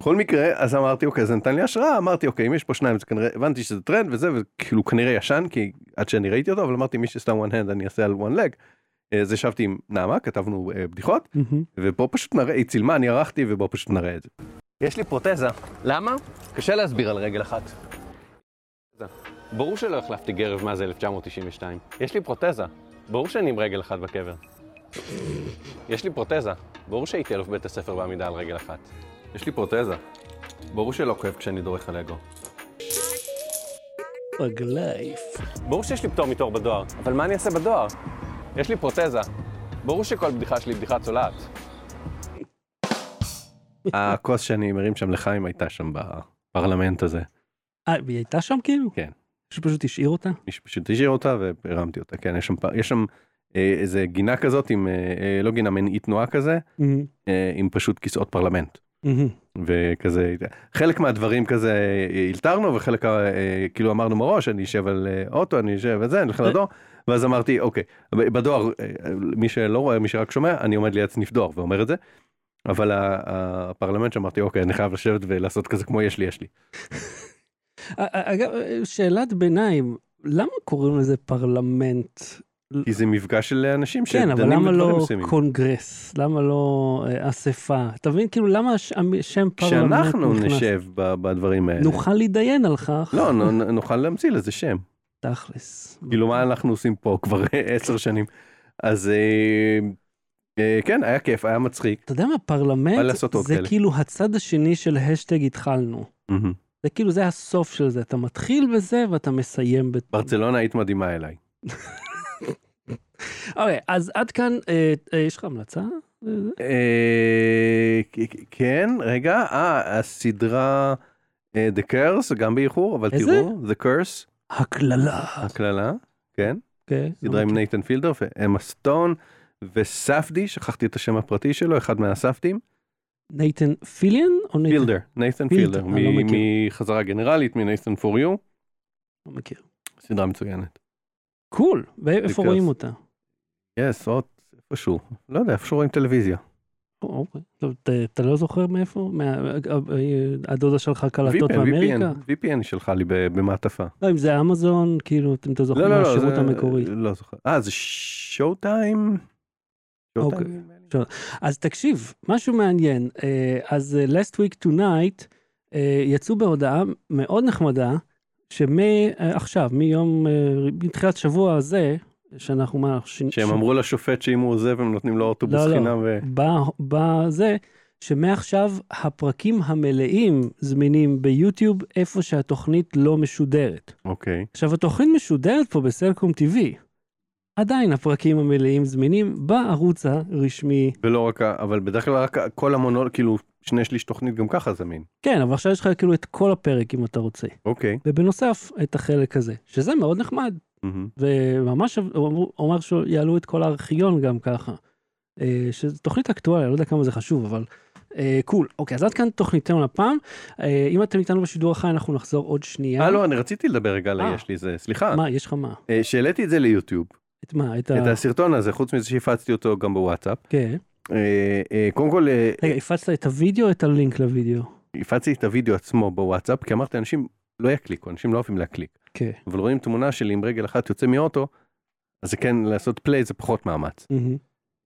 [SPEAKER 2] בכל מקרה, אז אמרתי, אוקיי, זה נתן לי השראה, אמרתי, אוקיי, אם יש פה שניים, זה כנראה, הבנתי שזה טרנד וזה, וכאילו כנראה ישן, כי עד שאני ראיתי אותו, אבל אמרתי, מי ששם one hand אני אעשה על one leg. אה, אז ישבתי עם נעמה, כתבנו אה, בדיחות,
[SPEAKER 1] מהמם.
[SPEAKER 2] ובו פשוט נראה, היא צילמה, אני ערכתי, ובו פשוט נראה את זה. יש לי פרוטזה. למה? קשה להסביר על רגל אחת. ברור שלא החלפתי גרב מאז 1992. יש לי פרוטזה. ברור שאני עם רגל אחת בקבר. יש לי פרוטזה. ברור שהייתי אלוף בית הספר בעמידה על רגל אחת. יש לי פרוטזה. ברור שלא כואב כשאני דורך על אגו.
[SPEAKER 1] רגלייף.
[SPEAKER 2] ברור שיש לי פטור מתור בדואר, אבל מה אני אעשה בדואר? יש לי פרוטזה. ברור שכל בדיחה שלי היא בדיחה צולעת. הכוס שאני מרים שם לחיים הייתה שם בפרלמנט הזה.
[SPEAKER 1] אה, והיא הייתה שם כאילו?
[SPEAKER 2] כן.
[SPEAKER 1] שפשוט השאיר אותה?
[SPEAKER 2] מישהו פשוט השאיר אותה והרמתי אותה. כן, יש שם, פ- יש שם אה, איזה גינה כזאת עם, אה, אה, לא גינה, מעין אי תנועה כזה,
[SPEAKER 1] מהמם.
[SPEAKER 2] אה, עם פשוט כיסאות פרלמנט.
[SPEAKER 1] מהמם.
[SPEAKER 2] וכזה, חלק מהדברים כזה אה, הלתרנו וחלק אה, כאילו אמרנו מראש אני אשב על אה, אוטו אני אשב וזה אני אלך
[SPEAKER 1] אה.
[SPEAKER 2] לדואר ואז אמרתי אוקיי ב- בדואר אה, מי שלא רואה מי שרק שומע אני עומד ליד סניף דואר ואומר את זה. אבל ה- הפרלמנט שאמרתי אוקיי אני חייב לשבת ולעשות כזה כמו יש לי יש לי.
[SPEAKER 1] אה, אגב, שאלת ביניים, למה קוראים לזה פרלמנט?
[SPEAKER 2] כי זה מפגש של אנשים
[SPEAKER 1] כן,
[SPEAKER 2] שדנים
[SPEAKER 1] אבל למה
[SPEAKER 2] בדברים
[SPEAKER 1] לא
[SPEAKER 2] מסוימים.
[SPEAKER 1] קונגרס? למה לא אה, אספה? אתה מבין? כאילו, למה הש- המ- שם פרלמנט נכנס?
[SPEAKER 2] כשאנחנו נשב ב- בדברים האלה.
[SPEAKER 1] נוכל להתדיין על כך.
[SPEAKER 2] לא, נ- נ- נוכל להמציא לזה שם.
[SPEAKER 1] תכלס.
[SPEAKER 2] כאילו מה אנחנו עושים פה כבר עשר שנים. אז אה, אה, כן, היה כיף, היה מצחיק.
[SPEAKER 1] אתה יודע מה, פרלמנט
[SPEAKER 2] מה לעשות עוד
[SPEAKER 1] זה
[SPEAKER 2] כאלה?
[SPEAKER 1] כאילו הצד השני של השטג התחלנו.
[SPEAKER 2] מהמם.
[SPEAKER 1] זה כאילו, זה הסוף של זה. אתה מתחיל בזה ואתה מסיים ב...
[SPEAKER 2] ברצלונה היית מדהימה אליי.
[SPEAKER 1] אוקיי, אז עד כאן, אה, אה, יש לך המלצה?
[SPEAKER 2] אה, כ- כן, רגע, אה, הסדרה אה, The Curse, גם באיחור, אבל
[SPEAKER 1] איזה?
[SPEAKER 2] תראו, The Curse,
[SPEAKER 1] הקללה.
[SPEAKER 2] הקללה, כן,
[SPEAKER 1] אוקיי.
[SPEAKER 2] סדרה עם נייתן פילדר ואמה סטון וספדי, שכחתי את השם הפרטי שלו, אחד מהספדים,
[SPEAKER 1] נייתן פיליאן או נייתן?
[SPEAKER 2] פילדר, נייתן
[SPEAKER 1] פילדר,
[SPEAKER 2] פילדר,
[SPEAKER 1] אני לא
[SPEAKER 2] מ-
[SPEAKER 1] מכיר.
[SPEAKER 2] מחזרה גנרלית, מנייתן פור יו,
[SPEAKER 1] לא מכיר.
[SPEAKER 2] סדרה מצוינת.
[SPEAKER 1] קול, ואיפה
[SPEAKER 2] Because-
[SPEAKER 1] רואים אותה?
[SPEAKER 2] יס, עוד איפשהו, לא יודע, איפשהו רואים טלוויזיה.
[SPEAKER 1] או, אוקיי. טוב, ת- אתה לא זוכר מאיפה? מה- אה, הדודה שלך קלטות
[SPEAKER 2] VPN,
[SPEAKER 1] מאמריקה?
[SPEAKER 2] VPN, VPN שלחה לי ב- במעטפה.
[SPEAKER 1] לא, אם זה אמזון, כאילו, אם אתה זוכר
[SPEAKER 2] לא, לא, לא,
[SPEAKER 1] מהשירות
[SPEAKER 2] זה-
[SPEAKER 1] המקורי.
[SPEAKER 2] לא זוכר. אה, זה שואו טיים?
[SPEAKER 1] אוקיי. אז תקשיב, משהו מעניין. אה, אז אה, last week tonight אה, יצאו בהודעה מאוד נחמדה, שמעכשיו, מיום, אה, מתחילת שבוע הזה, שאנחנו מה, ש...
[SPEAKER 2] שהם אמרו לשופט שאם הוא עוזב הם נותנים לו אוטובוס
[SPEAKER 1] לא, לא.
[SPEAKER 2] חינם ו...
[SPEAKER 1] בזה, שמעכשיו הפרקים המלאים זמינים ביוטיוב, איפה שהתוכנית לא משודרת.
[SPEAKER 2] אוקיי.
[SPEAKER 1] עכשיו, התוכנית משודרת פה בסלקום TV. עדיין הפרקים המלאים זמינים בערוץ הרשמי.
[SPEAKER 2] ולא רק, ה- אבל בדרך כלל רק ה- כל המונול, כאילו שני שליש תוכנית גם ככה זמין.
[SPEAKER 1] כן, אבל עכשיו יש לך כאילו את כל הפרק אם אתה רוצה.
[SPEAKER 2] אוקיי.
[SPEAKER 1] ובנוסף, את החלק הזה, שזה מאוד נחמד,
[SPEAKER 2] מהמם.
[SPEAKER 1] וממש אמרו- אומר שיעלו את כל הארכיון גם ככה. אה, שזו תוכנית אקטואליה, לא יודע כמה זה חשוב, אבל אה, קול. אוקיי, אז עד כאן תוכניתנו לפעם. אה, אם אתם איתנו בשידור החי, אנחנו נחזור עוד שנייה.
[SPEAKER 2] אה לא, אני רציתי לדבר רגע על
[SPEAKER 1] אה.
[SPEAKER 2] היש לי זה, סליחה.
[SPEAKER 1] מה, יש לך מה?
[SPEAKER 2] אה, שהעליתי את זה ליוטיוב,
[SPEAKER 1] את מה? את ה...
[SPEAKER 2] את הסרטון הזה, חוץ מזה שהפצתי אותו גם בוואטסאפ.
[SPEAKER 1] כן.
[SPEAKER 2] אה, אה, קודם כל, אה,
[SPEAKER 1] רגע, הפצת את הוידאו, את הלינק לוידאו.
[SPEAKER 2] הפצתי את הוידאו עצמו בוואטסאפ, כי אמרתי, אנשים לא יקליקו, אנשים לא אוהבים להקליק.
[SPEAKER 1] כן.
[SPEAKER 2] אבל רואים תמונה שלי עם רגל אחת יוצא מאוטו, אז זה כן לעשות פליי זה פחות מאמץ.
[SPEAKER 1] מהמם.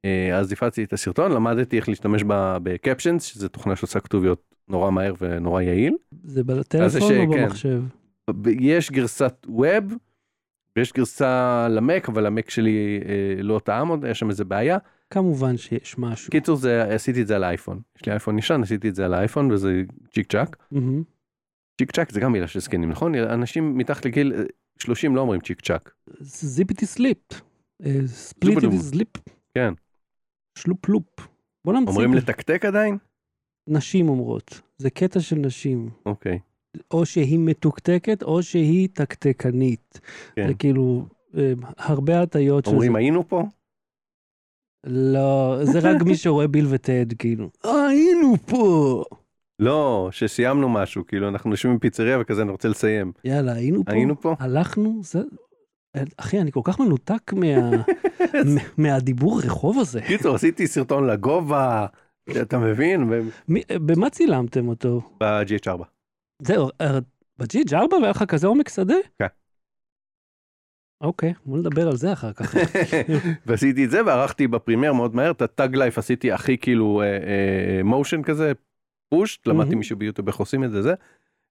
[SPEAKER 2] אה, אז הפצתי את הסרטון, למדתי איך להשתמש ב- בקפשנס, שזו תוכנה שעושה כתוביות נורא מהר ונורא יעיל.
[SPEAKER 1] זה
[SPEAKER 2] אז יש,
[SPEAKER 1] בטלפון או
[SPEAKER 2] כן.
[SPEAKER 1] במחשב?
[SPEAKER 2] ב- יש גרסת ווב, ויש גרסה למק, אבל המק שלי אה, לא טעם עוד, יש שם איזה בעיה.
[SPEAKER 1] כמובן שיש משהו.
[SPEAKER 2] קיצור, זה, עשיתי את זה על האייפון. יש לי אייפון ישן, עשיתי את זה על האייפון, וזה צ'יק צ'אק.
[SPEAKER 1] מהמם.
[SPEAKER 2] צ'יק צ'אק זה גם מילה של זקנים, נכון? אנשים מתחת לגיל אה, 30 לא אומרים צ'יק צ'אק.
[SPEAKER 1] זיפיטי סליפ. אה, ספליטי
[SPEAKER 2] זופדום.
[SPEAKER 1] סליפ.
[SPEAKER 2] כן.
[SPEAKER 1] שלופ לופ. בוא נמציא. את
[SPEAKER 2] אומרים
[SPEAKER 1] זה.
[SPEAKER 2] לתקתק עדיין?
[SPEAKER 1] נשים אומרות. זה קטע של נשים.
[SPEAKER 2] אוקיי.
[SPEAKER 1] או שהיא מתוקתקת או שהיא תקתקנית.
[SPEAKER 2] כן.
[SPEAKER 1] זה כאילו אה, הרבה הטיות של
[SPEAKER 2] אומרים
[SPEAKER 1] זה.
[SPEAKER 2] היינו פה?
[SPEAKER 1] לא, זה רק מי שרואה ביל וטד, כאילו. "אה, היינו פה.
[SPEAKER 2] לא, שסיימנו משהו, כאילו אנחנו יושבים בפיצריה וכזה, אני רוצה לסיים.
[SPEAKER 1] יאללה, היינו פה.
[SPEAKER 2] היינו פה?
[SPEAKER 1] הלכנו, זה... אחי, אני כל כך מנותק מה... מ- מהדיבור רחוב הזה.
[SPEAKER 2] קיצור, עשיתי סרטון לגובה, אתה מבין? ב-
[SPEAKER 1] מי- במה צילמתם אותו?
[SPEAKER 2] ב-GH4.
[SPEAKER 1] זהו, אה, בג'יג' ארבע והיה לך כזה עומק שדה?
[SPEAKER 2] כן.
[SPEAKER 1] אוקיי, בוא נדבר על זה אחר כך.
[SPEAKER 2] ועשיתי את זה וערכתי בפרימייר מאוד מהר, את הטאג לייף עשיתי הכי כאילו מושן כזה, פושט, למדתי
[SPEAKER 1] מהמם.
[SPEAKER 2] מישהו ביוטיוב איך עושים את זה, זה.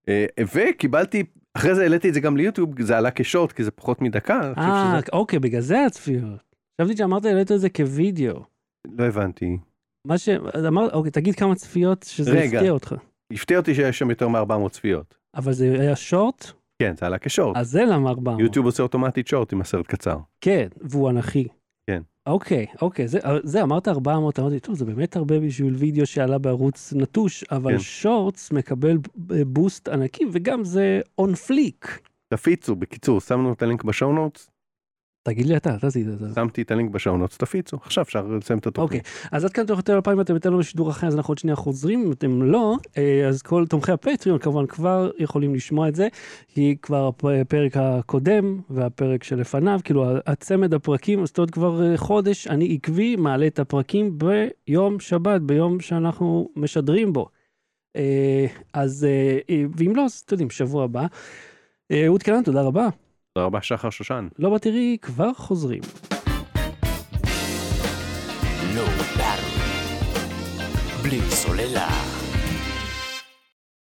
[SPEAKER 2] אה, וקיבלתי, אחרי זה העליתי את זה גם ליוטיוב, זה עלה כשורט, כי זה פחות מדקה. אני חושב
[SPEAKER 1] אה,
[SPEAKER 2] שזה-
[SPEAKER 1] אוקיי, בגלל זה הצפיות. חשבתי שאמרת העלית את זה כווידאו.
[SPEAKER 2] לא הבנתי.
[SPEAKER 1] מה ש... אז אמרת, אוקיי, תגיד כמה צפיות שזה
[SPEAKER 2] רגע.
[SPEAKER 1] הפתיע אותך.
[SPEAKER 2] הפתיע אותי שיש שם יותר מ-400 צפיות.
[SPEAKER 1] אבל זה היה שורט,
[SPEAKER 2] כן, זה עלה כשורט.
[SPEAKER 1] אז זה למה 400.
[SPEAKER 2] יוטיוב עושה אוטומטית שורט עם הסרט קצר.
[SPEAKER 1] כן, והוא אנכי.
[SPEAKER 2] כן.
[SPEAKER 1] אוקיי, אוקיי, זה, זה אמרת 400, אמרתי, טוב, זה באמת הרבה בשביל וידאו שעלה בערוץ נטוש, אבל
[SPEAKER 2] כן.
[SPEAKER 1] שורטס מקבל ב- בוסט ענקי, וגם זה און פליק.
[SPEAKER 2] תפיצו, בקיצור, שמנו את הלינק בשואו נוטס,
[SPEAKER 1] תגיד לי אתה, אתה עשית את זה.
[SPEAKER 2] שמתי את הלינק בשואו נוטס, תפיצו, עכשיו אפשר לסיים את
[SPEAKER 1] אוקיי,
[SPEAKER 2] התוכנית.
[SPEAKER 1] אז עד כאן תוך יותר אלפיים אתם איתנו בשידור אחר, אז אנחנו עוד שנייה חוזרים, אם אתם לא, אה, אז כל תומכי הפטריון כמובן כבר יכולים לשמוע את זה, כי כבר הפ- הפרק הקודם והפרק שלפניו, כאילו הצמד הפרקים, אז זאת אומרת כבר אה, חודש, אני עקבי, מעלה את הפרקים ביום שבת, ביום שאנחנו משדרים בו. אה, אז, אה, אה, ואם לא, אז אתם יודעים, שבוע הבא. אה, אהוד קלן, תודה רבה.
[SPEAKER 2] תודה רבה, שחר שושן.
[SPEAKER 1] לא בתראי, כבר חוזרים.
[SPEAKER 3] low battery, בלי סוללה.